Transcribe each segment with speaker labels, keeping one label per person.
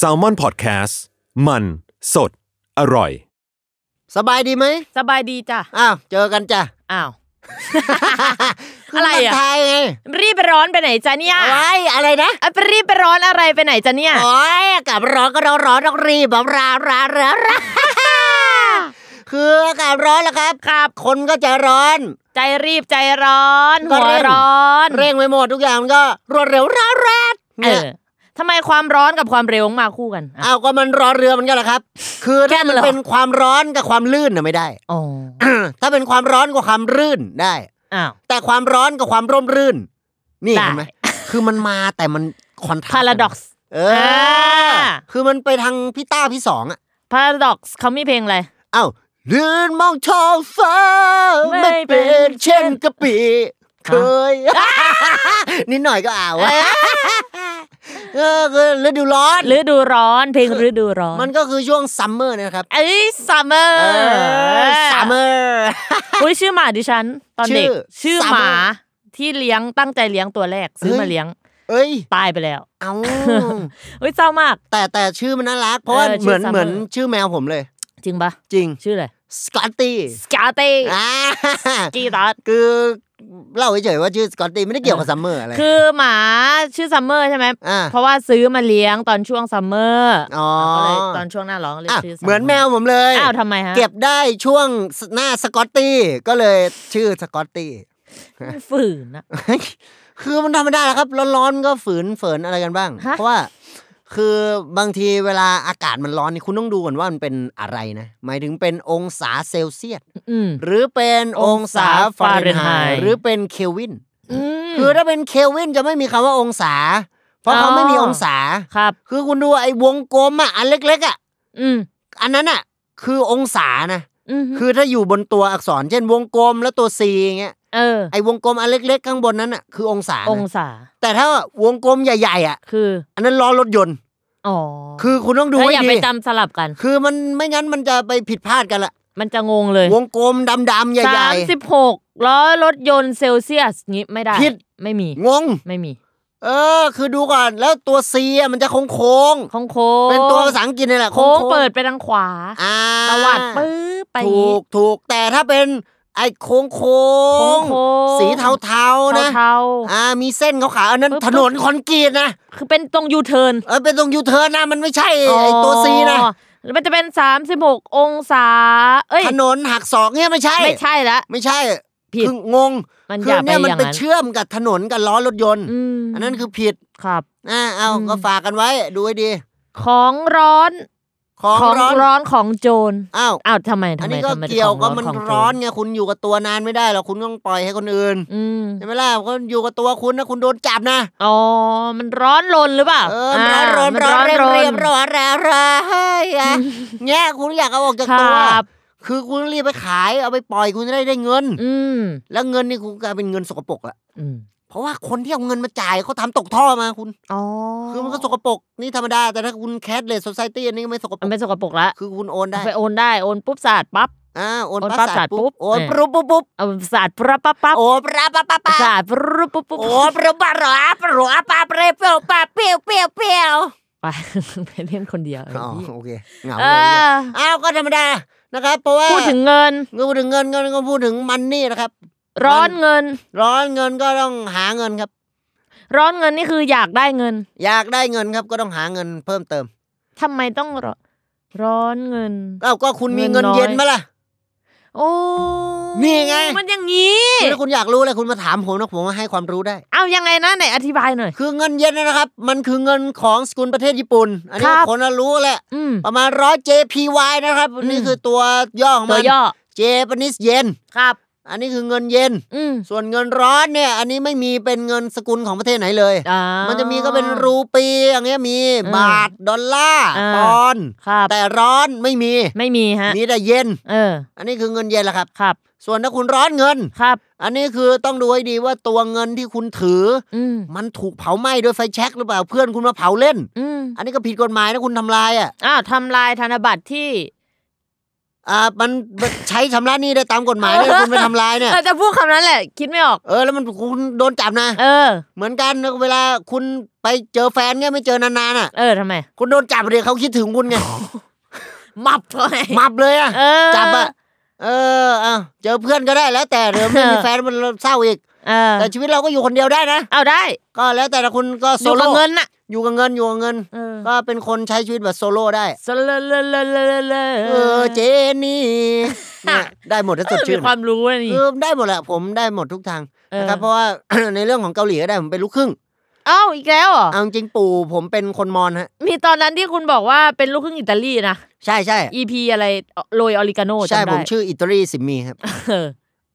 Speaker 1: s a l m o n PODCAST มันสดอร่อย
Speaker 2: สบายดีไหม
Speaker 3: สบายดีจ้ะ
Speaker 2: อ้าว เจอกันจ้ะ
Speaker 3: อ้าว อะไร
Speaker 2: คื
Speaker 3: อะ
Speaker 2: มันทายไง
Speaker 3: รีบไปร้อนไปไหนจ้ะเนี่ย
Speaker 2: โอ้ยอะไรนะ
Speaker 3: อ่ะไปรีบไปร้อนอะไรไปไหนจ้ะเนี่ย
Speaker 2: โอ้ยอากาศร้อนก็ร้อนร้อนต้องรีบแบบรารารารา คืออากาศร้อนแล้วครับ
Speaker 3: ครับ
Speaker 2: คนก็จะร้อน
Speaker 3: ใจรีบใจร้อน
Speaker 2: ก็
Speaker 3: หัว
Speaker 2: เร่ง
Speaker 3: ร้อน
Speaker 2: เร่งไปหมดทุกอย่างมันก็รวดเร็วร้าวแรด
Speaker 3: เอ
Speaker 2: เนี่ย
Speaker 3: อทำไมความร้อนกับความเร็วมาคู่กันอ่ะ
Speaker 2: เอาก็มันรอเรือมันก็แหละครับ คือถ้ามัน
Speaker 3: แค่นั้นเหรอ
Speaker 2: เป็นความร้อนกับความลื่นน่ะไม่ได้
Speaker 3: อ๋อ
Speaker 2: ถ้าเป็นความร้อนกับความรื่นได้
Speaker 3: อ้าว
Speaker 2: แต่ความร้อนกับความร่มรื่น นี่
Speaker 3: ได้
Speaker 2: เห็นไหมคือมันมาแต่มันคอนทรา
Speaker 3: พาราด็อกซ์
Speaker 2: เอ
Speaker 3: อ่
Speaker 2: อา คือมันไปทางพี่ต้าพี่สองอะ
Speaker 3: พาราด็อกซ์เขามีเพลงอะไร
Speaker 2: เอ้าเดินมองท้องฟ้า
Speaker 3: ไม่
Speaker 2: ไม่
Speaker 3: เป็
Speaker 2: เป็น นเช่นกะปิ
Speaker 3: ค
Speaker 2: เครับ ย นิดหน่อยก็เอาอะ เออคือฤดูร้อน
Speaker 3: ฤดูร้อนเพลงฤดูร้อน
Speaker 2: มันก็คือช่วงซัมเมอร์นะครับ
Speaker 3: เอ้ยซัมเมอร์
Speaker 2: ซัมเมอร์
Speaker 3: อุ้ยชื่อหมาดิฉัน ตอนเด็ก
Speaker 2: ชื่
Speaker 3: ชื่
Speaker 2: อ
Speaker 3: อ
Speaker 2: Summer
Speaker 3: หมาที่เลี้ยงตั้งใจเลี้ยงตัวแรกซื้อ
Speaker 2: เฮ้ย
Speaker 3: มาเลี้ยง
Speaker 2: เอ้ย
Speaker 3: ตายไปแล้ว
Speaker 2: เอา
Speaker 3: อุ้ยเศร้ามาก
Speaker 2: แต่แต่ชื่อมันน่ารัก เพราะว่า
Speaker 3: เออ
Speaker 2: เห
Speaker 3: ชื่อ
Speaker 2: มือน
Speaker 3: Summer
Speaker 2: เหมือนชื่อแมวผมเลย
Speaker 3: จริงปะ
Speaker 2: จริง
Speaker 3: ชื่ออะไร
Speaker 2: สกอต ตี้
Speaker 3: สกาเต้
Speaker 2: อ่า
Speaker 3: กีตาร์
Speaker 2: คือเล่าเฉยๆว่าชื่อสกอตตี้ไม่ได้เกี่ยวกับซัมเมอร์อะไร
Speaker 3: คือหมาชื่อซัมเมอร์ใช่ไหม
Speaker 2: อ่า
Speaker 3: เพราะว่าซื้อมาเลี้ยงตอนช่วงซัมเมอร์
Speaker 2: อ๋อ
Speaker 3: ก็เลยตอนช่วงหน้าร้อนเลย
Speaker 2: อ่ะ
Speaker 3: ชื่อ Summer
Speaker 2: เหมือนแมวผมเลย
Speaker 3: อ้าวทำไมฮะ
Speaker 2: เก็บได้ช่วงหน้าสกอตตี้ก็เลยชื่อสกอตตี้
Speaker 3: ฝืนนะ
Speaker 2: คือมันทำไม่ได้แล้วครับ ร้อนๆก็ฝืนเฝืนอะไรกันบ้าง
Speaker 3: ฮะ
Speaker 2: เพราะว่า คือบางทีเวลาอากาศมันร้อนนี่คุณต้องดูก่อนว่ามันเป็นอะไรนะ หมายถึงเป็นองศาเซลเซียส
Speaker 3: อืม
Speaker 2: หรือเป็นองศาฟาเรนไฮต์
Speaker 3: ฟาเรนไฮต์
Speaker 2: หรือเป็นเคลวิน
Speaker 3: อืม
Speaker 2: คือถ้าเป็นเคลวินจะไม่มีคำว่าองศา เพราะเขาไม่มี
Speaker 3: อ๋อ
Speaker 2: องศา
Speaker 3: ครับ
Speaker 2: คือคุณดูไอ้วงกลมอ่ะอันเล็กๆอ่ะ
Speaker 3: อืม
Speaker 2: อันนั้นอ่ะคือองศานะ
Speaker 3: อืม
Speaker 2: คือถ้าอยู่บนตัวอักษร เช่นวงกลมแล้วตัว C อย่างเงี้ย
Speaker 3: เออ
Speaker 2: ไอ้วงกลมอันเล็กๆข้างบนนั้นอ่ะคือองศานะ
Speaker 3: องศา
Speaker 2: แต่ถ้าวงกลมใหญ่ๆอ่ะ
Speaker 3: คือ
Speaker 2: อันนั้นล้อรถยนต์
Speaker 3: อ๋อ
Speaker 2: คือคุณต้องดู
Speaker 3: แล้ว
Speaker 2: ให้
Speaker 3: อย่า
Speaker 2: ดี
Speaker 3: ไปจำสลับกัน
Speaker 2: คือมันไม่งั้นมันจะไปผิดพลาดกันละ
Speaker 3: มันจะงงเลยว
Speaker 2: งกลมดำๆให
Speaker 3: สา
Speaker 2: ญ่
Speaker 3: มสิบหกล้อรถยนต์เซลเซียสงี้ไม่ได้
Speaker 2: ผิด
Speaker 3: ไม่มี
Speaker 2: ๆงง
Speaker 3: ไม่มี
Speaker 2: เออ คือดูก่อนแล้วตัว C อ่ะมันจะโค้ง
Speaker 3: โค้งโค้
Speaker 2: ๆ
Speaker 3: ง
Speaker 2: เป็นตัวภาษาอังกฤษนี่แหละ
Speaker 3: โค้ง
Speaker 2: ๆ
Speaker 3: เปิดไปทางขวา
Speaker 2: อ่า
Speaker 3: ตวัดปื้อไปอย่าง
Speaker 2: ถู
Speaker 3: งี้
Speaker 2: กถูกแต่ถ้าเป็นไอ้โค้งโค้ง
Speaker 3: โค้งๆ
Speaker 2: สีเทาๆนะ
Speaker 3: เทา
Speaker 2: อ่ามีเส้นขาวๆอันนั้น
Speaker 3: ปึ๊บ
Speaker 2: ถ
Speaker 3: ปึ๊
Speaker 2: น
Speaker 3: บ
Speaker 2: นคอนกรีตนะ
Speaker 3: ๆคือเป็นตรงยูเทิร์น
Speaker 2: เออเป็นตรงยูเทิร์นนะมันไม่ใช่ไอตัวซีนะ
Speaker 3: แล้วมันจะเป็น 36 องศา เอ้ย
Speaker 2: ถนนหักศอกเนี่ยไม่ใช่
Speaker 3: ไม่ใช่ละ
Speaker 2: ไม่ใช่
Speaker 3: ผิด
Speaker 2: คืองง
Speaker 3: มัน
Speaker 2: คื
Speaker 3: อย่าไป
Speaker 2: เนี่ย
Speaker 3: อ
Speaker 2: มัน
Speaker 3: ย่าง
Speaker 2: ไป
Speaker 3: นั้น
Speaker 2: เชื่อมกับถนนกับล้อรถยนต์
Speaker 3: อืม
Speaker 2: อันนั้นคือผิด
Speaker 3: ครับ
Speaker 2: อ่าเอา
Speaker 3: อืม
Speaker 2: ก็ฝากกันไว้ดูให้ดี
Speaker 3: ของร้อน
Speaker 2: ของร้อน
Speaker 3: ร้อนของโจร
Speaker 2: อ้าว
Speaker 3: อ้าวทำไมทำ
Speaker 2: อัน
Speaker 3: ไม
Speaker 2: นี้ก็
Speaker 3: ทำไม
Speaker 2: เกี่ยว
Speaker 3: ข
Speaker 2: ก็
Speaker 3: อง
Speaker 2: มัน
Speaker 3: ของโจ
Speaker 2: ร้อนไงคุณอยู่กับตัวนานไม่ได้หรอกคุณต้องปล่อยให้คนอื่น
Speaker 3: อืม
Speaker 2: ใช่ไหมล่ะก็อยู่กับตัวคุณนะคุณโดนจับนะ
Speaker 3: อ๋อ มันร้อนรนหรือเปล่า
Speaker 2: เออร้อนร้อนา
Speaker 3: มั
Speaker 2: ร้อนเรียบ
Speaker 3: น
Speaker 2: เรียบร้อนร้อนร้อนเฮ้ยอะเนี่ยคุณอยากเอาออกจาก
Speaker 3: คร
Speaker 2: ตัว
Speaker 3: ับ
Speaker 2: คือคุณรีบไปขายเอาไปปล่อยคุณจะได้ได้เงิน
Speaker 3: อืม
Speaker 2: แล้วเงินนี่คุณกลายเป็นเงินสกปรกละ
Speaker 3: อืม
Speaker 2: เพราะว่าคนที่เอาเงินมาจ่ายเขาทำตกท่อมาคุณ
Speaker 3: อ๋อ
Speaker 2: คือมันก็สกปรกนี่ธรรมดา แต่ถ้าคุณแคสเลสโซซายตี้อันนี้ไม่สกปร
Speaker 3: มัน
Speaker 2: ก
Speaker 3: เป็นสกปรกละ
Speaker 2: คือคุณโอนได้
Speaker 3: ไปโอนได้โอนปุ๊บสะอาดปั๊บ
Speaker 2: อ่าโอน
Speaker 3: โอน
Speaker 2: ปั๊บ
Speaker 3: ปั๊บ
Speaker 2: สาดปุ๊บ
Speaker 3: สาดปุ๊บ
Speaker 2: โอน
Speaker 3: เออ
Speaker 2: ปุ๊บปุ๊บปุ๊บ
Speaker 3: เอาสะอาดปั๊บปั๊บปั๊บ
Speaker 2: โอนปราปั๊บปั๊บปั๊บ
Speaker 3: สาดปุ๊บปุ๊บปุ๊บ
Speaker 2: โอนปราปั๊บหรอปรัวปั๊บเปรี้ยวปั๊บเปรี้ยวเปรี้ยวเปรี้ยว
Speaker 3: ไป ไปเล่นคนเดียว
Speaker 2: อ๋อ
Speaker 3: พี่
Speaker 2: โอเคเหงา
Speaker 3: เอ
Speaker 2: เลยเนี่ย
Speaker 3: อ
Speaker 2: อ้าวก็ธรรมดานะครับเพราะว่า
Speaker 3: พูดถึงเงิน
Speaker 2: เงินพูดถึงเงินเงินก็พูดถึงมันนี่นะครับ
Speaker 3: ร้อนเงิน
Speaker 2: ร้อนเงินก็ต้องหาเงินครับ
Speaker 3: ร้อนเงินนี่คืออยากได้เงิน
Speaker 2: อยากได้เงินครับก็ต้องหาเงินเพิ่มเติม
Speaker 3: ทำไมต้องร้อนร้อนเงิน
Speaker 2: เอ้าก็คุณมี
Speaker 3: เงิ
Speaker 2: เงิน
Speaker 3: นน้อย
Speaker 2: เย็นไหมล่ะ
Speaker 3: โอ้
Speaker 2: นี่ไง
Speaker 3: มันอย่างนี้
Speaker 2: คือถ้าคุณอยากรู้อะไรคุณมาถามผมนะผมให้ความรู้ได้
Speaker 3: เอายังไงนะไหนอธิบายหน่อย
Speaker 2: คือเงินเย็นนะครับ มันคือเงินของสกุลประเทศญี่ปุ่น อันนี้
Speaker 3: ครับ
Speaker 2: คนน่ะรู้แหละ
Speaker 3: อืม
Speaker 2: ประมาณร้อย JPY นะครับ
Speaker 3: อืม
Speaker 2: นี่คือตัวย่อของ
Speaker 3: ตั
Speaker 2: มั
Speaker 3: วน ย่อ
Speaker 2: Japanese Yen
Speaker 3: ครับ
Speaker 2: อันนี้คือเงินเย็น
Speaker 3: อืม
Speaker 2: ส่วนเงินร้อนเนี่ย อันนี้ไม่มีเป็นเงินสกุลของประเทศไหนเลย
Speaker 3: อ่ามั
Speaker 2: มันจะมีก็เป็นรูปีอย่างเงี้ยมี
Speaker 3: อืม
Speaker 2: บาทดอลลาร์
Speaker 3: อ่า
Speaker 2: ปอนด์
Speaker 3: ครับ
Speaker 2: แต่ร้อนไม่มี
Speaker 3: ไม่มีฮะ
Speaker 2: มีแต่เย็น
Speaker 3: เออ
Speaker 2: อันนี้คือเงินเย็นแหละครับ
Speaker 3: ครับ
Speaker 2: ส่วนถ้าคุณร้อนเงิน
Speaker 3: ครับ
Speaker 2: อันนี้คือต้องดูให้ดีว่าตัวเงินที่คุณถือ
Speaker 3: อืม
Speaker 2: มันถูกเผาไหม้ด้วยไฟแช็กหรือเปล่าเพื่อนคุณมาเผาเล่น
Speaker 3: อืม
Speaker 2: อันนี้ก็ผิดกฎหมายนะคุณทำลายอ่ะ
Speaker 3: อ้าวทำลายธนบัตรที่
Speaker 2: อ่ามันมันใช้ชำระหนี้ได้ตามกฎหมายเนี่ย
Speaker 3: เออ
Speaker 2: คุณไปทำลายเนี่ย
Speaker 3: เออจะพูดคำนั้นแหละ คิดไม่ออก
Speaker 2: เออแล้วมันคุณโดนจับนะ
Speaker 3: เออ
Speaker 2: เหมือนกันนะเวลาคุณไปเจอแฟนเงี้ยไม่เจอนานๆอ่ะ
Speaker 3: เออทำไม
Speaker 2: คุณโดนจับเลยเขาคิดถึงคุณ ไง
Speaker 3: มับเท่าไหร่
Speaker 2: มับเลยอ่ะ
Speaker 3: เออ
Speaker 2: จับอ่ะเอออ่ะเจอเพื่อนก็ได้แล้ว แต่เดี๋ยวไม่มีแฟนมันเศร้าอีก
Speaker 3: เออ
Speaker 2: แต่ชีวิตเราก็อยู่คนเดียวได้นะ
Speaker 3: เอาได้
Speaker 2: ก็แล้วแต่คุณก็
Speaker 3: อ
Speaker 2: โซ
Speaker 3: ยู่
Speaker 2: โล่
Speaker 3: กับเงินน่ะ
Speaker 2: อยู่กับเงินอยู่กับเงิน
Speaker 3: เออ
Speaker 2: ก็เป็นคนใช้ชีวิตแบบโซโล่ได้
Speaker 3: สะเลอะเลอะเลอะเลอะเลอะ
Speaker 2: เออเจ นี่เนี่ยได้หมดถ้า
Speaker 3: เอ
Speaker 2: ส
Speaker 3: อ
Speaker 2: ด
Speaker 3: มี
Speaker 2: ชื่น
Speaker 3: ความรู้อะนี่
Speaker 2: คือได้หมดแหละผมได้หมดทุกทาง
Speaker 3: เออ
Speaker 2: นะครับเพราะ ว่า ในเรื่องของเกาหลีก็ได้ผมเป็นลูกครึ่ง
Speaker 3: เอ้าอีกแล้วเหรอ
Speaker 2: เอาจริงๆปู่ผมเป็นคนมอญฮะ
Speaker 3: มีตอนนั้นที่คุณบอกว่าเป็นลูกครึ่งอิตาลีนะ
Speaker 2: ใช่ใช่
Speaker 3: EP อะไรโรยออริกาโน
Speaker 2: ใช่
Speaker 3: จำได้
Speaker 2: ผมชื่ออิตาลีสิมมีครับ
Speaker 3: เออ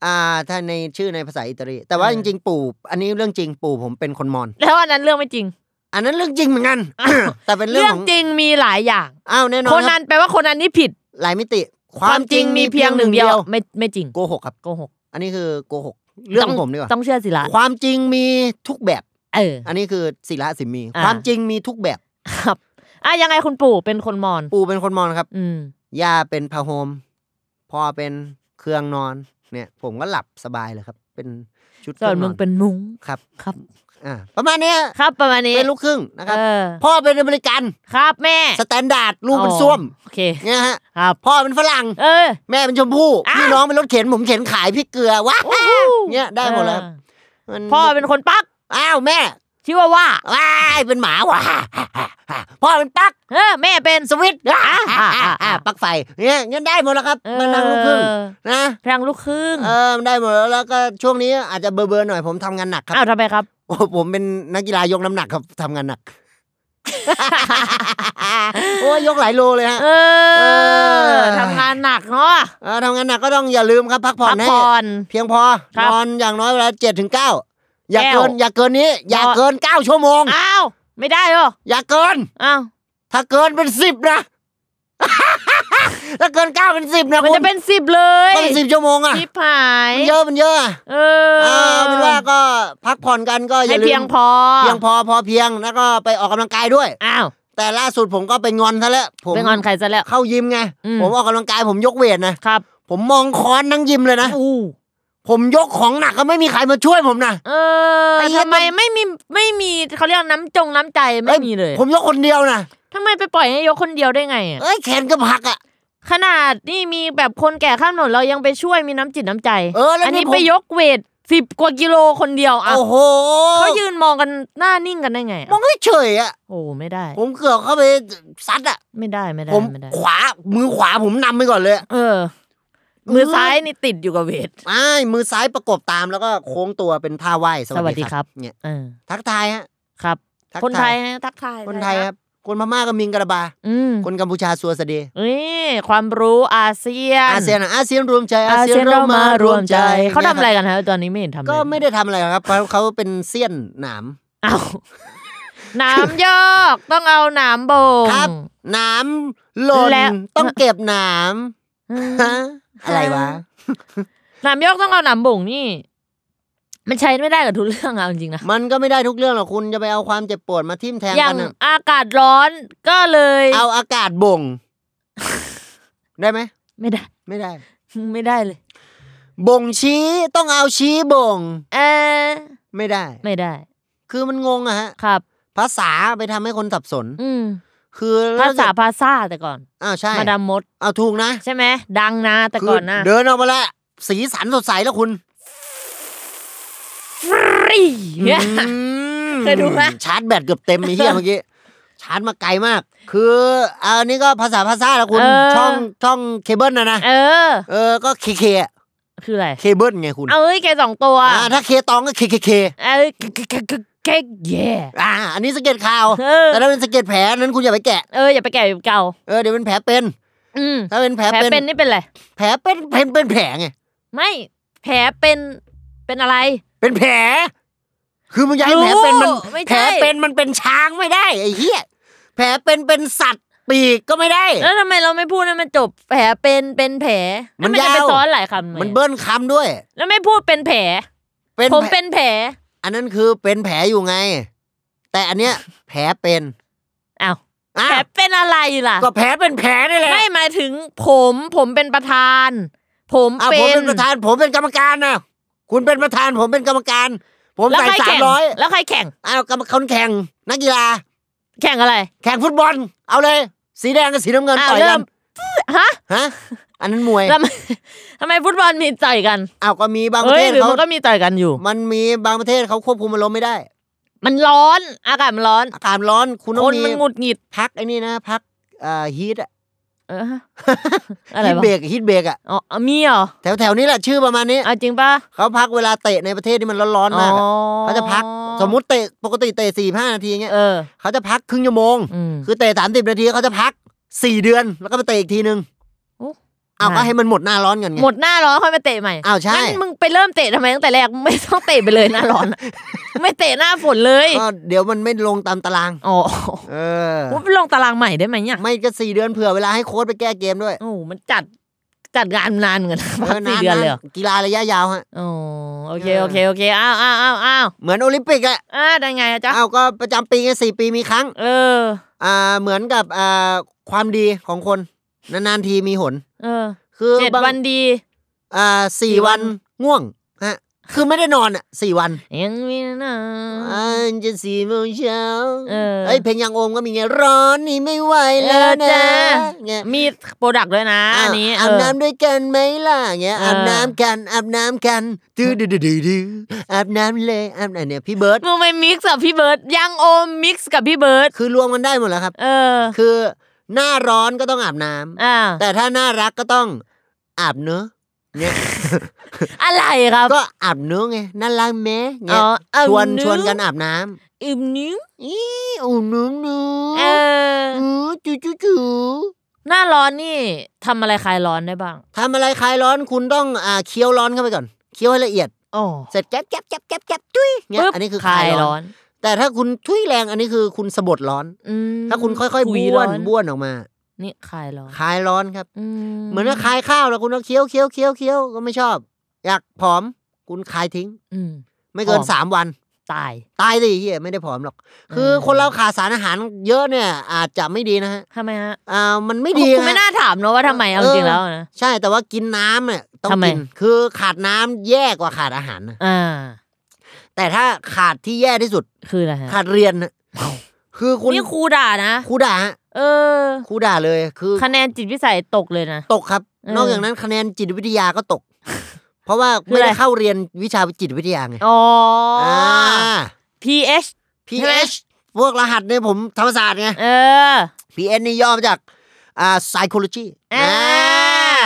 Speaker 2: อ่า ถ้าในชื่อในภาษาอิตาลี แต่ว่า
Speaker 3: เอ
Speaker 2: จ
Speaker 3: อ
Speaker 2: ริง ๆ ปู่ อันนี้เรื่องจริงปู่ผมเป็นคนมอญ
Speaker 3: แล้วอันนั้นเรื่องไม่จริง
Speaker 2: อันนั้นเรื่องจริงเหมือนกัน
Speaker 3: อ้าว
Speaker 2: แต่เป็นเรื่
Speaker 3: เรื่อง
Speaker 2: ของ
Speaker 3: จริงมีหลายอย่าง
Speaker 2: อ้าวแน่นอ
Speaker 3: คน น
Speaker 2: ครั
Speaker 3: นั้
Speaker 2: บ
Speaker 3: นแปลว่าคนนั้นนี่ผิด
Speaker 2: หลายมิติ
Speaker 3: ความจริงมีเพียงหนึ่งเดียว ไม่ไม่จริง
Speaker 2: โกหกครับ
Speaker 3: โกหก
Speaker 2: อันนี้คือโกหกเรื่องของผมดีกว่า
Speaker 3: ต้องเชื่อสิละ
Speaker 2: ความจริงมีทุกแบบ
Speaker 3: เออ
Speaker 2: อันนี้คือศิละสิมมี
Speaker 3: อ่า
Speaker 2: ความจริงมีทุกแบบ
Speaker 3: ครับอ่ะยังไงคุณปู่เป็นคนมอญ
Speaker 2: ปู่เป็นคนมอญครับ
Speaker 3: อืม
Speaker 2: ย่าเป็นพะโฮมพ่อเป็นเครื่องนอนเนี่ย ผมก็หลับสบายเลยครับ เป็นชุดค
Speaker 3: ส่ว
Speaker 2: รื่อ
Speaker 3: น
Speaker 2: ง
Speaker 3: มึงเป็นมุ้ง
Speaker 2: ครับ
Speaker 3: ครับ
Speaker 2: อ่าประมาณเนี้ย
Speaker 3: ครับประมาณนี้
Speaker 2: เป็นลูกครึ่งนะครับ
Speaker 3: เออ
Speaker 2: พ่อเป็นอเมริกัน
Speaker 3: ครับแม่
Speaker 2: สแตนดาร์ดลูกเป็นส้วม
Speaker 3: โอเค
Speaker 2: เนี่ยฮะ
Speaker 3: ครับ
Speaker 2: พ่อเป็นฝรั่ง
Speaker 3: เออ
Speaker 2: แม่เป็นชมพู่
Speaker 3: อ้าว
Speaker 2: พี่น้องเป็นรถเข็นผมเข็นขายพี่เกลือว้า
Speaker 3: โอ้โห
Speaker 2: เนี่ยได้หมดแล้ว
Speaker 3: ออ
Speaker 2: มัน
Speaker 3: พ่อเป็นคนปัก
Speaker 2: อ้าวแม่
Speaker 3: ชื่อว่าว่า
Speaker 2: ว้ายเป็นหมาว้าพ่อเป็นปลั๊ก
Speaker 3: เออแม่เป็นสวิต
Speaker 2: อ่า
Speaker 3: อ่า
Speaker 2: อ่า
Speaker 3: อ่า
Speaker 2: อ่าอ่า
Speaker 3: อ่า
Speaker 2: ปลั๊กไฟเนี่ยงั้นได้หมดแล้วครับ
Speaker 3: เออ
Speaker 2: มันนั่งลูกครึ่งนะ
Speaker 3: พลังลูกครึ่ง
Speaker 2: เออได้หมดแล้วแล้วก็ช่วงนี้อาจจะเบอร์ๆหน่อยผมทำงานหนักครั
Speaker 3: อ้าว
Speaker 2: บ
Speaker 3: ทำไมครับ
Speaker 2: โอ้ผมเป็นนักกีฬายกน้ำหนักครับทำงาน หนัก โอ้ยยกหลายโลเลยฮะ
Speaker 3: เอ
Speaker 2: เอ
Speaker 3: อ
Speaker 2: อ
Speaker 3: ทำงานหนักเนาะ
Speaker 2: เออทำงานหนักก็ต้องอย่าลืมครับพักผ่อ
Speaker 3: พั
Speaker 2: น
Speaker 3: ก
Speaker 2: ให้
Speaker 3: ผ่อน
Speaker 2: เพียงพอ
Speaker 3: ครับ
Speaker 2: นอนอย่างน้อยเวลาเจ็ดถึงเก้าอย่า
Speaker 3: แก้ว
Speaker 2: เกิน อย่าเกินนี้ อย่าน
Speaker 3: อน
Speaker 2: เกินเก้าชั่วโมง
Speaker 3: อ้าวไม่ได้เหรอ
Speaker 2: อย่าเกิน
Speaker 3: อ้าว
Speaker 2: ถ้าเกินเป็นสิบนะ ถ้าเกินเก้าเป็นสิบนะ
Speaker 3: มัน
Speaker 2: คุณ
Speaker 3: จะเป็นสิบเลย
Speaker 2: ก็เป็นสิบชั่วโมงอ่ะ
Speaker 3: ชิบหาย
Speaker 2: มันเยอะมันเยอะอะ
Speaker 3: เออ
Speaker 2: เออเป็นว่าก็พักผ่อนกันก็อ
Speaker 3: ให้
Speaker 2: ย่าลืม
Speaker 3: เพียงพอ
Speaker 2: เพียงพอพอเพียงแล้วก็ไปออกกำลังกายด้วย
Speaker 3: อ้าว
Speaker 2: แต่ล่าสุดผมก็ไปงอนซะแล้วผม
Speaker 3: ไปงอนใครซะแล้ว
Speaker 2: เข้ายิมไง
Speaker 3: อืม
Speaker 2: ผมออกกำลังกายผมยกเวทนะครับ ผมมองค้อนทั้งยิมเลยนะ
Speaker 3: อู้
Speaker 2: ผมยกของหนักก็ไม่มีใครมาช่วยผมนะ
Speaker 3: เออ
Speaker 2: ไอ้เหี้ย
Speaker 3: ทำไม
Speaker 2: มัน
Speaker 3: ไม่มีไม่มีเขาเรียกน้ำจงน้ำใจไม่มีเลย
Speaker 2: ผมยกคนเดียวนะ
Speaker 3: ทำไมไปปล่อยให้ยกคนเดียวได้ไงอะ
Speaker 2: เอ้ยแขนก็หักอ่ะ
Speaker 3: ขนาดนี่มีแบบคนแก่ข้ามถนนเรายังไปช่วยมีน้ำจิตน้ำใจ
Speaker 2: เออแล้ว
Speaker 3: นนี้
Speaker 2: นี่ผม
Speaker 3: ไปยกเวทสิบกว่ากิโลคนเดียวอ่ะ
Speaker 2: โอ้โห
Speaker 3: เขายืนมองกันหน้านิ่งกันได้ไงอะ
Speaker 2: มองเฉยๆอ่ะ
Speaker 3: โอ้ไม่ได้
Speaker 2: ผมเกือบเข้าไปซัดอ่ะ
Speaker 3: ไม่ได้ไม่ได้
Speaker 2: ผม
Speaker 3: ไม่ได้
Speaker 2: ขวามือขวาผมนำไปก่อนเลย
Speaker 3: เออ มือซ้ายนี่ติดอยู่กับเวท
Speaker 2: ไม่มือซ้ายประกบตามแล้วก็โค้งตัวเป็นท่าไหว้สวัสดี
Speaker 3: สวัสดีค
Speaker 2: ครั
Speaker 3: รั
Speaker 2: บ บเนี่ย
Speaker 3: เออ
Speaker 2: ทักทายฮะ
Speaker 3: ครับ
Speaker 2: ทัก
Speaker 3: คนไทยนะทักทาย
Speaker 2: คนไทยครับ คนพม่าก็มิงกระบา
Speaker 3: อืม
Speaker 2: คนกัมพูชาสัวสะเดย์
Speaker 3: นี่ความรู้อาเซียน
Speaker 2: อาเซียนอะอาเซียนรวมใจ
Speaker 3: อาเซียนเรามารวมใจเขาทำ
Speaker 2: นี่ยคบ
Speaker 3: อะไรกันฮะตอนนี้ไม่เห็นทำอะไร
Speaker 2: ก็ไม่ได้ทำอะไรหรอกครับเพราะเขาเป็นเซียนหนาม
Speaker 3: เอา หนามยอกต้องเอาหนามโบง
Speaker 2: ครับ หนามหล่น
Speaker 3: และ
Speaker 2: ต้องเก็บหนาม
Speaker 3: อืม
Speaker 2: ฮะอะไรวะ
Speaker 3: หนามยอกต้องเอาหนามโบงนี่ มันใช้ไม่ได้กับทุกเรื่องเอาจริงๆนะ
Speaker 2: มันก็ไม่ได้ทุกเรื่องหรอกคุณจะไปเอาความเจ็บปวดมาทิ่มแทง
Speaker 3: อย่าง
Speaker 2: กันอะ
Speaker 3: อากาศร้อนก็เลย
Speaker 2: เอาอากาศ บ่ง ได้ไหม
Speaker 3: ไม่ได้
Speaker 2: ไม่ได้
Speaker 3: ไม่ได้เลย
Speaker 2: บ่งชี้ต้องเอาชี้บ่ง
Speaker 3: เออ
Speaker 2: ไม่ได้
Speaker 3: ไม่ได้
Speaker 2: คือมันงงอะฮะ
Speaker 3: ครับ
Speaker 2: ภาษาไปทำให้คนสับสน
Speaker 3: อืม
Speaker 2: คือ
Speaker 3: ภาษาภาษาแต่ก่อน
Speaker 2: อ้าวใช่
Speaker 3: มาดามมด
Speaker 2: อ้าวถูกนะ
Speaker 3: ใช่ไหมดังนะแต่ก่อนนะ
Speaker 2: คืเดินออกมาแล้วสีสันสดใสแล้วคุณ
Speaker 3: ฟรีเนี่ย
Speaker 2: อืม
Speaker 3: เคยดูไหม
Speaker 2: ชาร์จแบตเกือบเต็มไอ้เฮียเมื่อกี้ชาร์จมาไกลมาก คืออันนี้ก็ภาษาภาษาแล้วคุณ
Speaker 3: เออ
Speaker 2: ช่องช่องเคเบิลนะนะ
Speaker 3: เออ
Speaker 2: เออก็เคเคอะ
Speaker 3: คืออะไร
Speaker 2: เคเบิลไงคุณ
Speaker 3: เอาเอ้ยแกสองตัว
Speaker 2: อ่าถ้าเคตองก็เคเคเค
Speaker 3: เอ้ยเก๊กเก๊กเก๊กเย่
Speaker 2: อ่า อันนี้สะเก็ดข่าว
Speaker 3: เออ
Speaker 2: แต่ถ้าเป็นสะเก็ดแผลนั้นคุณอย่าไปแกะ
Speaker 3: เอออย่าไปแก่แบบเก่า
Speaker 2: เออเดี๋ยวเป็นแผลเป็น
Speaker 3: อืม
Speaker 2: ถ้าเป็นแผล
Speaker 3: แผล
Speaker 2: เป็น
Speaker 3: เป็นนี่เป็นอะไร
Speaker 2: แผลเป็นเป็นเป็นแผลไง
Speaker 3: ไม่แผ แผลเป็นเป็นอะไร
Speaker 2: เป็นแผล คือมึงอย้ายแผลเป็นมัน
Speaker 3: รู้ไม่
Speaker 2: แผ
Speaker 3: ใช่
Speaker 2: ลเป็นมันเป็นช้างไม่ได้ไอ้เหี้ยแผลเป็นเป็นสัตว์ปีกก็ไม่ได้
Speaker 3: แล้วทำไมเราไม่พูดให้มันจบแผลเป็นเป็นแผล
Speaker 2: มัน
Speaker 3: แล้วจะไป
Speaker 2: ยาว
Speaker 3: ซ้อนหลายคำไห
Speaker 2: มันเบิ้ลคำด้วย
Speaker 3: แล้วไม่พูดเป็นแผล
Speaker 2: เป็น
Speaker 3: ผม
Speaker 2: แผล
Speaker 3: เป็นแผล
Speaker 2: อันนั้นคือเป็นแผลอยู่ไง แต่อันเนี้ย แผลเป็น
Speaker 3: อ้าว
Speaker 2: อ้า
Speaker 3: แผล
Speaker 2: ว
Speaker 3: เป็นอะไรล่ะ
Speaker 2: ก็แผลเป็นแผลนี่แหละ
Speaker 3: ไม่หมายถึงผม ผมเป็นประธาน ผม
Speaker 2: อ้าว
Speaker 3: เป็
Speaker 2: ผม
Speaker 3: น
Speaker 2: เป็นประธานผมเป็นกรรมการนะคุณเป็นประธานผมเป็นกรรมการ ผม
Speaker 3: แล้ว
Speaker 2: ใส่
Speaker 3: ใคร
Speaker 2: สาม
Speaker 3: แข่ง
Speaker 2: ร้อย
Speaker 3: แล้วใครแข่ง
Speaker 2: อ้าวกรรมคนแข่งนักกีฬา
Speaker 3: แข่งอะไร
Speaker 2: แข่งฟุตบอล เอาเลย สีแดงกับสีน้ำเงิน
Speaker 3: อ้าว
Speaker 2: ต่อย
Speaker 3: เริ่
Speaker 2: กัน
Speaker 3: ม ฮะ
Speaker 2: ฮะอันนั้นมวย
Speaker 3: แล้วทำไมทำไมฟุตบอลมีต่อยกัน
Speaker 2: อ้าวก็มีบางประ
Speaker 3: เฮ้
Speaker 2: เท
Speaker 3: ย
Speaker 2: ศ
Speaker 3: หรือ
Speaker 2: เขา
Speaker 3: มันก็มีต่อยกันอยู่
Speaker 2: มันมีบางประเทศเขาควบคุมอารมณ์ไม่ได้
Speaker 3: มันร้อน อากาศมันร้อน
Speaker 2: อากาศร้อนคุณต้
Speaker 3: ค
Speaker 2: อง
Speaker 3: น
Speaker 2: มี
Speaker 3: มันหงุดหงิด
Speaker 2: พักไอ้นี่นะ พักเอ่อฮีทอะ
Speaker 3: เอ อ อะไร
Speaker 2: ฮีท
Speaker 3: วะ
Speaker 2: เบรกฮีทเบรกอะ
Speaker 3: อ๋อมีเหรอ
Speaker 2: แถวแถวๆนี้แหละชื่อประมาณนี้
Speaker 3: เอาจริงปะ
Speaker 2: เขาพักเวลาเตะในประเทศที่มันร้อนๆมากอะ
Speaker 3: อ๋อ
Speaker 2: เขาจะพักสมมติเตะปกติเตะสี่ห้านาทีเงี้ย
Speaker 3: เออ
Speaker 2: เขาจะพักครึ่งชั่วโมง
Speaker 3: อืม
Speaker 2: คือเตะสามสิบนาทีเขาจะพักสี่เดือนแล้วก็ไปเตะอีกทีนึง
Speaker 3: โอ้
Speaker 2: เอาก็ให้มันหมดหน้าร้อนกันไง
Speaker 3: หมดหน้าร้อนค่อยมาเตะใหม่
Speaker 2: อ้าวใช่
Speaker 3: งั้นมึงไปเริ่มเตะทำไมตั้งแต่แรกมึงไม่ต้องเตะไปเลยหน้าร้อน อะไม่เตะหน้าฝนเลย
Speaker 2: ก็เดี๋ยวมันไม่ลงตามตาราง
Speaker 3: อ๋อ
Speaker 2: เออ
Speaker 3: มึงไปลงตารางใหม่ได้ไหมเนี่ย
Speaker 2: ไม่ก็สี่เดือนเผื่อเวลาให้โค้ชไปแก้เกมด้วย
Speaker 3: โอ้โหมันจัดจัดงานนานเหมือนกันนะพักสี่
Speaker 2: า
Speaker 3: เดือนเลยเหรอ
Speaker 2: นะกีฬาระยะยาวฮะ
Speaker 3: อ๋อโอเค
Speaker 2: เออ
Speaker 3: โอเคโอเคอ้าวอ้าวอ้าวอ้าว
Speaker 2: เหมือนโอลิมปิกอะ
Speaker 3: อ้าวได้ไงอะจ๊ะ
Speaker 2: เอาก็ประจำปีไงสี่ปีมีครั้ง
Speaker 3: เออ
Speaker 2: อ่าเหมือนกับอ่าความดีของคน นานๆทีมีหน
Speaker 3: เออ
Speaker 2: คือ
Speaker 3: เจ็ด
Speaker 2: บาง
Speaker 3: วันดี
Speaker 2: อ่าสี่
Speaker 3: สี่วั
Speaker 2: วัน นง่วงฮะคือไม่ได้นอนอ่ะสี่วัน
Speaker 3: ยังมีนะ
Speaker 2: อ่าจะสี่โมงเช้า
Speaker 3: เออ
Speaker 2: เอ้ยเพลงยังโอมก็มีไงร้อนนี่ไม่ไหวแล้ว
Speaker 3: เออ
Speaker 2: นะ
Speaker 3: จ้า
Speaker 2: เงี้ย
Speaker 3: มีโปรดักต์ด้วยนะ
Speaker 2: อ่ะ
Speaker 3: อันนี้เอ
Speaker 2: อาบ
Speaker 3: อ
Speaker 2: น้ำด้วยกันไหมล่ะเงี้ย
Speaker 3: เอออ
Speaker 2: อาบน้ำกันอาบน้ำกันดื้อดื้อดื้อดื้อดื้ออาบน้ำเลยอาบน้ำเนี่ยพี่เบิร์ด
Speaker 3: มึงไปมิกซ์กับพี่เบิร์ดยังโอมมิกซ์กับพี่เบิร์ด
Speaker 2: คือรวมกันได้หมดแล้วครับ
Speaker 3: เออ
Speaker 2: คือหน้าร้อนก็ต้องอาบน้ำ
Speaker 3: อ่า
Speaker 2: แต่ถ้าน่ารักก็ต้องอาบเนื้อะเนี่ย
Speaker 3: อะไรครับ
Speaker 2: ก็อาบเนื้อะไงน่ารักแม้
Speaker 3: อ๋
Speaker 2: เนี่ย
Speaker 3: ออาบ
Speaker 2: ชวน
Speaker 3: เนื้อ
Speaker 2: ชวนกันอาบน้
Speaker 3: อืมนิ้ว
Speaker 2: ำอีอูเนื้อเนื้
Speaker 3: เอ
Speaker 2: อ
Speaker 3: อ
Speaker 2: เออจูจูจู
Speaker 3: หน้าร้อนนี่ทำอะไรคลายร้อนได้บ้าง
Speaker 2: ทำอะไรคลายร้อนคุณต้องอ่าเคี้ยวร้อนเข้าไปก่อนเคี้ยวให้ละเอียด
Speaker 3: อ๋อ
Speaker 2: เสร็จแก๊บแก๊บแก๊บแก๊บแก๊บจุ้ยเงี้ย
Speaker 3: ปึ๊บ
Speaker 2: อันนี้คือคลายร้อน แต่ถ้าคุณทุยแรงอันนี้คือคุณสะบดร้อน
Speaker 3: อืม
Speaker 2: ถ้าคุณค่อยๆ
Speaker 3: ถุ
Speaker 2: บ้ว
Speaker 3: ร้อน
Speaker 2: บ้วนออกมา
Speaker 3: นี่คลายร้อน
Speaker 2: คลายร้อนครับ
Speaker 3: ม
Speaker 2: เหมือนถ้าคลายข้าวแล้วคุณก็เคี้ยวเคี้ยวเคี้ยวเคี้ยวก็ไม่ชอบ อยากผอมคุณคลายทิ้ง
Speaker 3: อืม
Speaker 2: ไม่เกิน
Speaker 3: ผอม
Speaker 2: สามวัน
Speaker 3: ตาย
Speaker 2: ตายสิเฮียไม่ได้ผอมหรอก คือ
Speaker 3: เออ
Speaker 2: คนเราขาดสารอาหารเยอะเนี่ย อาจจะไม่ดีนะฮะ
Speaker 3: ทำไมฮะ
Speaker 2: อ่ามันไม่ดี
Speaker 3: คุณไม่
Speaker 2: ฮะ
Speaker 3: น่าถามเนอะว่าทำไมเอา
Speaker 2: เออ
Speaker 3: จริงแล้วนะ
Speaker 2: ใช่แต่ว่ากินน้ำเนี่ยต้อง
Speaker 3: ทำไม
Speaker 2: กินคือขาดน้ำแย่กว่าขาดอาหารนะ
Speaker 3: อ่า
Speaker 2: แต่ถ้าขาดที่แย่ที่สุด
Speaker 3: คืออะไรฮะ
Speaker 2: ขาดเรียนนะคือคุณ
Speaker 3: นี่ครูด่านะ
Speaker 2: ครูด่าฮะ
Speaker 3: เออ
Speaker 2: ครูด่าเลยคือ
Speaker 3: คะแนนจิตวิสัยตกเลยนะ
Speaker 2: ตกครับ
Speaker 3: เออน
Speaker 2: อกจากนั้นคะแนนจิตวิทยาก็ ตก เพราะว่า
Speaker 3: คือ
Speaker 2: ไม่
Speaker 3: อะไร
Speaker 2: ได้เข้าเรียนวิชาจิตวิทยาไง
Speaker 3: อ๋ออ
Speaker 2: อ่า
Speaker 3: PH
Speaker 2: PH พวกรหัสเนี่ยผมธรรมศาสตร์ไง
Speaker 3: เออ
Speaker 2: PN นี่ย่อมาจากอ่า psychology อ
Speaker 3: อ่า
Speaker 2: ่า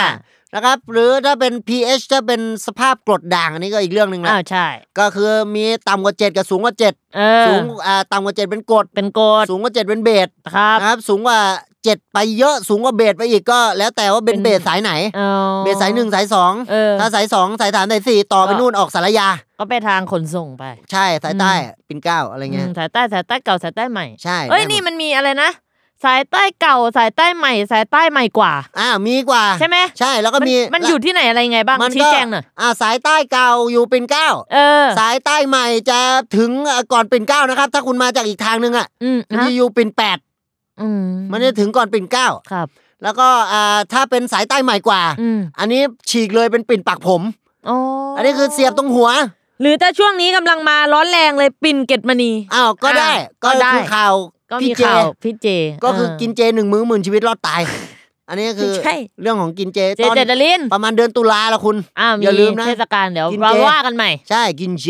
Speaker 2: นะครับ หรือถ้าเป็น pH ถ้าเป็นสภาพกรดด่างอันนี้ก็อีกเรื่องหนึ่งนะ
Speaker 3: อ้าวใช่
Speaker 2: ก็คือมีต่ำกว่า 7 กับสูงกว่า 7
Speaker 3: เออ
Speaker 2: สูงอ่าต่ำกว่า 7 เป็นกรด
Speaker 3: เป็นโกด
Speaker 2: สูงกว่า 7 เป็นเบส
Speaker 3: ครับ
Speaker 2: นะครับสูงกว่า 7 ไปเยอะสูงกว่าเบสไปอีกก็ แล้วแต่ว่าเป็น
Speaker 3: เป็น
Speaker 2: เบสสายไหน
Speaker 3: อ๋อ
Speaker 2: เบสสายหนึ่งสายสอง
Speaker 3: เออ
Speaker 2: ถ้าสายสองสายสามสายสี่ต่อไป
Speaker 3: ก็
Speaker 2: นู่นออกสารยา
Speaker 3: ก็ไปทางขนส่งไป
Speaker 2: ใช่สาย
Speaker 3: อืม
Speaker 2: ใต้ปิ่นเกล้าอะไรเงี้ย
Speaker 3: อืมสายใต้สายใต้เก่าสายใต้ใหม่
Speaker 2: ใช่
Speaker 3: เอ้ย
Speaker 2: ได้หด
Speaker 3: นี่มันมีอะไรนะ สายใต้เก่าสายใต้ใหม่ สายใต้ใหม่กว่า
Speaker 2: อ่ามีกว่า
Speaker 3: ใช่ไหม
Speaker 2: ใช่แล้วก็มี
Speaker 3: นมันอยู่ที่ไหนอะไรยังไงบ้าง
Speaker 2: มันก็
Speaker 3: ชี้แจงหน่อย
Speaker 2: อ่าสายใต้เก่าอยู่ปิ่นเกล้า
Speaker 3: เออ
Speaker 2: สายใต้ใหม่จะถึงเอ่อก่อนปิ่นเกล้านะครับ ถ้าคุณมาจากอีกทางนึงอ่ะ
Speaker 3: อืม
Speaker 2: มัน
Speaker 3: ฮะ
Speaker 2: จะอยู่ปิ่นแปด
Speaker 3: อืม
Speaker 2: มันจะถึงก่อนปิ่นเกล้า
Speaker 3: ครับ
Speaker 2: แล้วก็อ่าถ้าเป็นสายใต้ใหม่กว่า
Speaker 3: อืม
Speaker 2: อันนี้ฉีกเลยเป็นปิ่นปักผม
Speaker 3: อ๋อ
Speaker 2: อั
Speaker 3: อั
Speaker 2: นนี้คือเสียบตรงหัว
Speaker 3: หรือถ้าช่วงนี้กำลังมาร้อนแรงเลยปิ่นเกตมณี
Speaker 2: อ้าวก็ได้ ก็
Speaker 3: อ่าก็ได้
Speaker 2: คือข่าว
Speaker 3: ก็
Speaker 2: พี่
Speaker 3: มี
Speaker 2: เจ
Speaker 3: ข่าวพี่เจ
Speaker 2: ก็คือ
Speaker 3: เ
Speaker 2: กินเจหนึ่งมื้อหมื่นชีวิตรอดตาย อันนี้ก็คือ
Speaker 3: ไม่ใช่
Speaker 2: เรื่องของกินเจ
Speaker 3: เจ
Speaker 2: ตอน
Speaker 3: เจดลิน
Speaker 2: ประมาณเดือนตุลาละคุณ
Speaker 3: อ้าวมี
Speaker 2: อย่าลืมนะ
Speaker 3: เทศกาลเดี๋ยว
Speaker 2: กิน
Speaker 3: เรา
Speaker 2: เจ
Speaker 3: ว่ากันใหม่
Speaker 2: ใช่กินเจ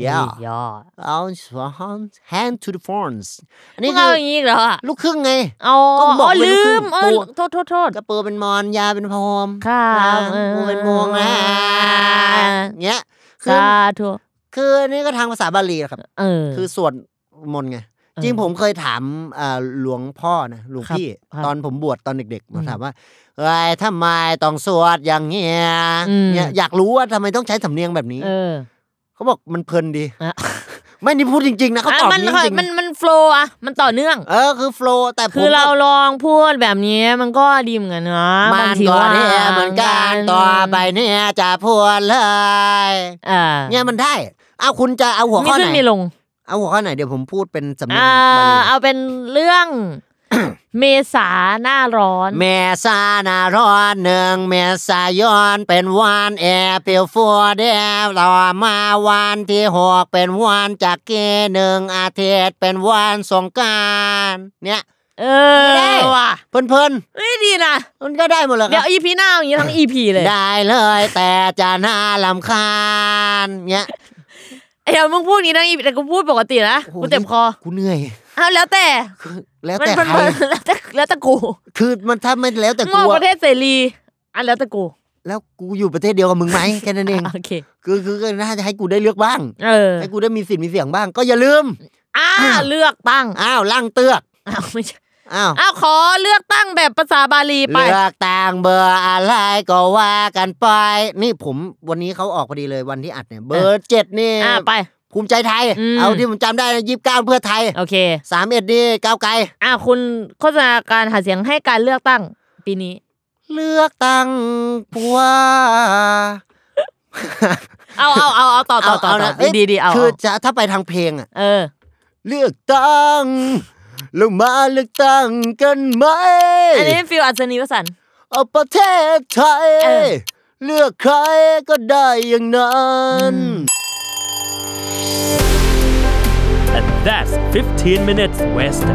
Speaker 2: yeah
Speaker 3: ยอด
Speaker 2: out your hand hand to the phones อัน
Speaker 3: นี่
Speaker 2: นี้
Speaker 3: คื
Speaker 2: คืออ
Speaker 3: อย่างนี้อีกเหรออ่ะ
Speaker 2: ลูกครึ่งไง
Speaker 3: อ๋อ
Speaker 2: ก็บอก
Speaker 3: อ๋อ
Speaker 2: ไม่รู้
Speaker 3: ลืมเอ
Speaker 2: คือ อ
Speaker 3: โทษโทษโทษ
Speaker 2: กระปือเป็นมอนยาเป็นพรหม
Speaker 3: ครับ
Speaker 2: อ่ากูเป็นมวงนะ
Speaker 3: อ่า
Speaker 2: เงี้ยคือ
Speaker 3: สาธุ
Speaker 2: คืออันนี่ก็ทางภาษาบาลีอะครับ
Speaker 3: เออ
Speaker 2: คือส่วนมนต์ไง
Speaker 3: เออ
Speaker 2: จริงผมเคยถามเอ่อหลวงพ่อนะหลวง
Speaker 3: ครับ
Speaker 2: พี่
Speaker 3: ครับ
Speaker 2: ตอนผมบวชตอนเด็กๆผ
Speaker 3: อื
Speaker 2: ม
Speaker 3: ม
Speaker 2: ถามว่าเอ้ยทำไมต้องสวดอย่างเงี้ย
Speaker 3: อืม
Speaker 2: เนี่ยอยากรู้ว่าทำไมต้องใช้สำเนียงแบบนี้
Speaker 3: เออ
Speaker 2: เขาบอกมันเพลินดี
Speaker 3: อ่ะ
Speaker 2: ไม่นี่พูดจริงๆนะเขาตอบ
Speaker 3: อ่ะมัน
Speaker 2: นี้จริง
Speaker 3: มันมันโฟล์อะมันต่อเนื่อง
Speaker 2: ๆเออคือโฟลว์แต่ผม
Speaker 3: คือเรา
Speaker 2: ก็
Speaker 3: ลองพูดแบบนี้มันก็ดีเหมือนกันนะ
Speaker 2: มั
Speaker 3: บาง
Speaker 2: น
Speaker 3: ที
Speaker 2: ก่อน
Speaker 3: ว่า
Speaker 2: เนี่ยเหมือนกันต่อไปเนี่ยจะพูดเลย
Speaker 3: อ่า
Speaker 2: เนี่ยมันได้ เอาคุณจะเอาหัว
Speaker 3: มี
Speaker 2: ข้อ
Speaker 3: ขึ้
Speaker 2: ไห
Speaker 3: น
Speaker 2: น
Speaker 3: มีลง
Speaker 2: เอาหัวข้อไหนเดี๋ยวผมพูดเป็นสำเนียง
Speaker 3: อ่า
Speaker 2: บาลี
Speaker 3: เอาเป็นเรื่อง เมษาหน้าร้อน
Speaker 2: เมษานาร้อนหนึ่งเมษายนเป็นวันแอร์เปียวฟัวเดวต่อมาวันที่หกเป็นวันจากเกหนึ่งอาทิตย์เป็นวันสงกรารเนี่ย
Speaker 3: เอ
Speaker 2: ได้
Speaker 3: อว่ะ
Speaker 2: เพลิน
Speaker 3: เฮ้ยดีนะ
Speaker 2: ๆมันก็ได้หมดเลยค
Speaker 3: เดี๋ย
Speaker 2: รั
Speaker 3: ว
Speaker 2: บ
Speaker 3: อีพีหน้าเอาอย่างนี้ทั้งอีพีเลย
Speaker 2: ได้เลยแต่จะน่าลำคาญเนี่ย
Speaker 3: เดี๋ยวมึงพูดอย่างนี้ทั้งอีพีแต่กูพูดปกตินะ
Speaker 2: โอ้โห
Speaker 3: กูเจ็บคอ
Speaker 2: กูเหนื่อย
Speaker 3: เอาแล้วแต่
Speaker 2: แล้ว
Speaker 3: มัน
Speaker 2: แต่
Speaker 3: มัน
Speaker 2: ใคร
Speaker 3: แล้วแต่แล้วแต่กู
Speaker 2: คือมันถ้าไม่แล้วแต่
Speaker 3: มึง
Speaker 2: กู
Speaker 3: บ
Speaker 2: อะ
Speaker 3: อกประเทศเสรีอันแล้วแต่กู
Speaker 2: แล้วกูอยู่ประเทศเดียวกับมึงไหม แค่นั้นเอง
Speaker 3: อ่ะโอเค
Speaker 2: คือคือก็น่าจะให้กูได้เลือกบ้าง
Speaker 3: เออ
Speaker 2: ให้กูได้มีสิทธิ์มีเสียงบ้าง ก็อย่าลืม
Speaker 3: อ่าเลือกตั้ง
Speaker 2: อ้าวล่างเตือก
Speaker 3: อ้าวไม่ใช่
Speaker 2: อ้าว
Speaker 3: อ้าวขอเลือกตั้งแบบภาษาบาลีไป
Speaker 2: เลือกต่างเบอร์อะไรก็ว่ากันไป นี่ผมวันนี้เขาออกพอดีเลยวันที่อัดเนี่ย เบอร์เจ็ดนี่
Speaker 3: อ่าไป
Speaker 2: ภูมิใจไทย
Speaker 3: อืม
Speaker 2: เอาที่ผมจำได้ยี่สิบเก้าเพื่อไทย
Speaker 3: โอเค
Speaker 2: สามเอ็ดนี่ก้าวไกล
Speaker 3: อ่าคุณโฆษณาการหาเสียงให้การเลือกตั้งปีนี้
Speaker 2: เลือกตั้งผัว
Speaker 3: เอาเอาเอาเอาต่อต่อต่อ
Speaker 2: เอา
Speaker 3: ต่
Speaker 2: นะ
Speaker 3: อดีดีดีเอา
Speaker 2: คือ
Speaker 3: เอา
Speaker 2: จะถ้าไปทางเพลงอะ
Speaker 3: เออ
Speaker 2: เลือกตั้งแล้วมาเลือกตั้งกันไหม
Speaker 3: อันนี้ฟิลอัศนีวสันต์
Speaker 2: เอาประเทศไทย
Speaker 3: เออ
Speaker 2: เลือกใครก็ได้อย่างนั้น
Speaker 3: อืม
Speaker 4: And that's 15 minutes west.